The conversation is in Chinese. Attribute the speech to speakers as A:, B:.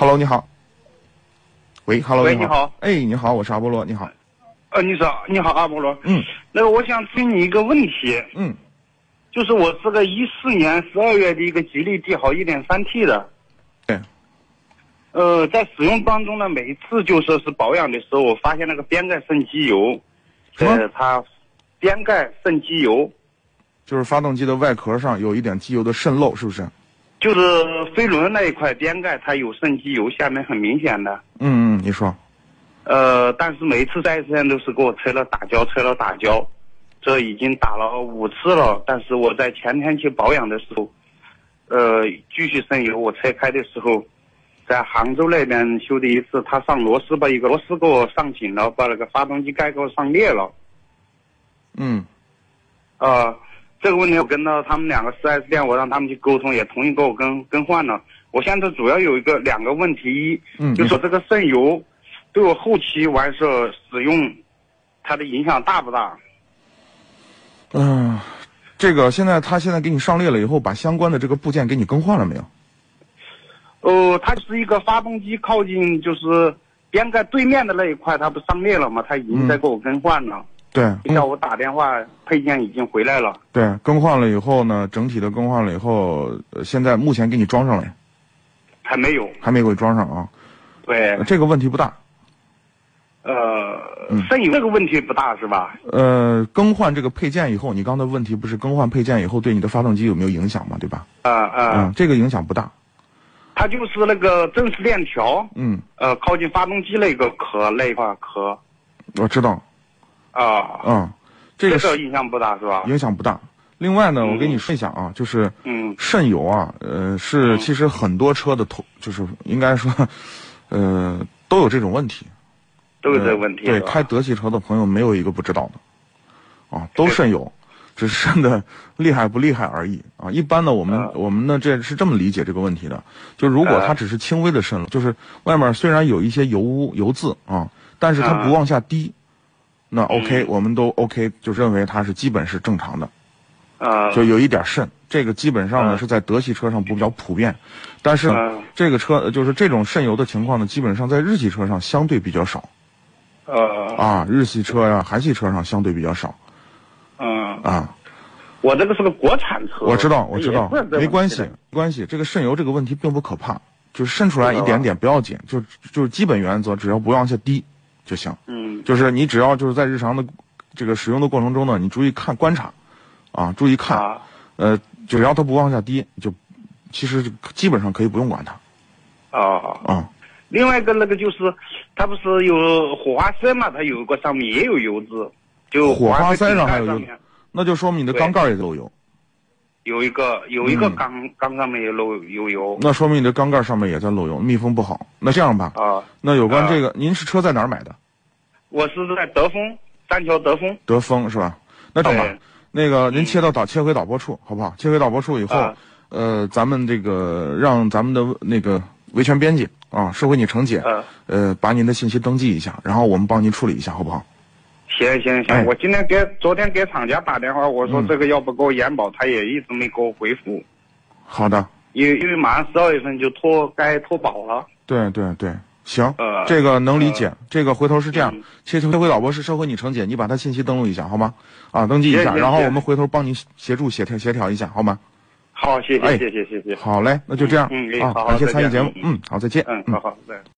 A: Hello，你好。喂，Hello，
B: 喂
A: 好。哎，你好，我是阿波罗，你好。
B: 呃，你好，你好，阿波罗。
A: 嗯
B: 那个，我想咨询你一个问题，
A: 嗯，
B: 就是我这个一四年十二月的一个吉利帝豪一点三 T 的，
A: 对，
B: 呃，在使用当中呢，每一次就说是保养的时候，我发现那个边盖渗机油，
A: 什么
B: 呃，它边盖渗机油，
A: 就是发动机的外壳上有一点机油的渗漏，是不是？
B: 就是飞轮那一块边盖它有渗机油，下面很明显的。
A: 嗯嗯，你说，
B: 呃，但是每一次在线都是给我吹了打胶，吹了打胶，这已经打了五次了。但是我在前天去保养的时候，呃，继续渗油。我拆开的时候，在杭州那边修的一次，他上螺丝把一个螺丝给我上紧了，把那个发动机盖给我上裂了。
A: 嗯
B: 呃，这个问题我跟到他们两个 4S 店，我让他们去沟通，也同意给我更更换了。我现在主要有一个两个问题，
A: 嗯
B: 一，就说这个渗油对我后期完事儿使用，它的影响大不大？
A: 嗯、这个现在他现在给你上裂了以后，把相关的这个部件给你更换了没有？
B: 哦，它是一个发动机靠近就是边盖对面的那一块，它不上裂了吗？它已经在给我更换
A: 嗯
B: 了，
A: 对，
B: 就叫我打电话，配件已经回来了。
A: 对，更换了以后呢，整体的更换了以后，呃现在目前给你装上了，
B: 还没有，
A: 还没给你装上啊，
B: 对，
A: 这个问题不大。
B: 呃，
A: 嗯
B: 渗油这个问题不大是吧？
A: 呃，更换这个配件以后，你刚才问题不是更换配件以后对你的发动机有没有影响嘛，对吧？
B: 啊、啊、
A: 嗯，这个影响不大。
B: 它就是那个正时链条，
A: 嗯，
B: 呃，靠近发动机那个壳那一块壳
A: 我知道。
B: 啊，
A: 嗯，这
B: 这
A: 个是
B: 个影响不大是吧？
A: 影响不大。另外呢，
B: 嗯
A: 我跟你说一下啊，就是
B: 嗯
A: 渗油啊，呃，是
B: 嗯
A: 其实很多车的头，就是应该说，呃，都有这种问题。
B: 都有这个问题。啊
A: 呃对，
B: 是吧
A: 开德系车的朋友没有一个不知道的，啊，都渗油，只是渗的厉害不厉害而已啊。一般呢，我们、
B: 啊
A: 我们呢这是这么理解这个问题的，就如果
B: 啊
A: 它只是轻微的渗漏，就是外面虽然有一些油污油渍啊，但是它
B: 啊
A: 不往下滴，那 OK，、
B: 嗯
A: 我们都 OK，就认为它是基本是正常的，
B: 呃，
A: 就有一点渗。这个基本上呢、
B: 啊
A: 是在德系车上比较普遍，但是呢、
B: 啊
A: 这个车呃就是这种渗油的情况呢，基本上在日系车上相对比较少。
B: 呃，
A: 啊，日系车呀、韩系车上相对比较少
B: 嗯，
A: 啊。
B: 我这个是个国产车，
A: 我知道，我知道
B: 呃也是这，个
A: 没关
B: 问题
A: 系
B: 的，
A: 没关系。这个渗油这个问题并不可怕，就是渗出来一点点不要紧，就就是基本原则，只要不往下滴就行。
B: 嗯
A: 就是你只要就是在日常的这个使用的过程中呢，你注意看观察，啊，注意看，
B: 啊，
A: 呃，只要它不往下滴，就其实就基本上可以不用管它
B: 哦，
A: 啊。
B: 另外一个那个就是，它不是有火花塞嘛？它有一个上面也有油渍，就
A: 火花塞上
B: 顶盖
A: 还有油
B: 上面
A: 那就说明你的
B: 对
A: 缸盖儿也漏
B: 啊
A: 油，
B: 有一个有一个
A: 嗯
B: 缸缸上面有漏有油
A: 那说明你的缸盖儿上面也在漏油，密封不好。那这样吧，
B: 啊。
A: 那有关
B: 啊
A: 这个，您是车在哪儿买的？
B: 我是在德丰三桥德丰，
A: 德丰是吧？那这样吧
B: 对，嗯
A: 那个您切到导切回导播处好不好？切回导播处以后，
B: 啊
A: 呃，咱们这个让咱们的那个维权编辑啊，社会你程姐，
B: 呃。
A: 呃，把您的信息登记一下，然后我们帮您处理一下，好不好？
B: 行行
A: 哎
B: 行，我今天给昨天给厂家打电话，我说
A: 嗯
B: 这个要不给我延保，他也一直没给我回复，
A: 好的，
B: 因为因为马上十二月份就脱该脱保了。
A: 对对对，行，
B: 呃
A: 这个能理解。这个回头是这样
B: 嗯，
A: 切切回导播是社会你程姐，你把她信息登录一下好吗？啊，登记一下，
B: 行行
A: 然后
B: 行
A: 我们回头帮您协助协调协调一下好吗？
B: 好，谢
A: 哎
B: 谢谢谢谢谢，
A: 好嘞，那就这样
B: 嗯嗯哎
A: 啊，
B: 好好
A: 感谢
B: 再
A: 参与
B: 见
A: 节目，
B: 嗯
A: 嗯，好，再见，
B: 嗯，好好，再见。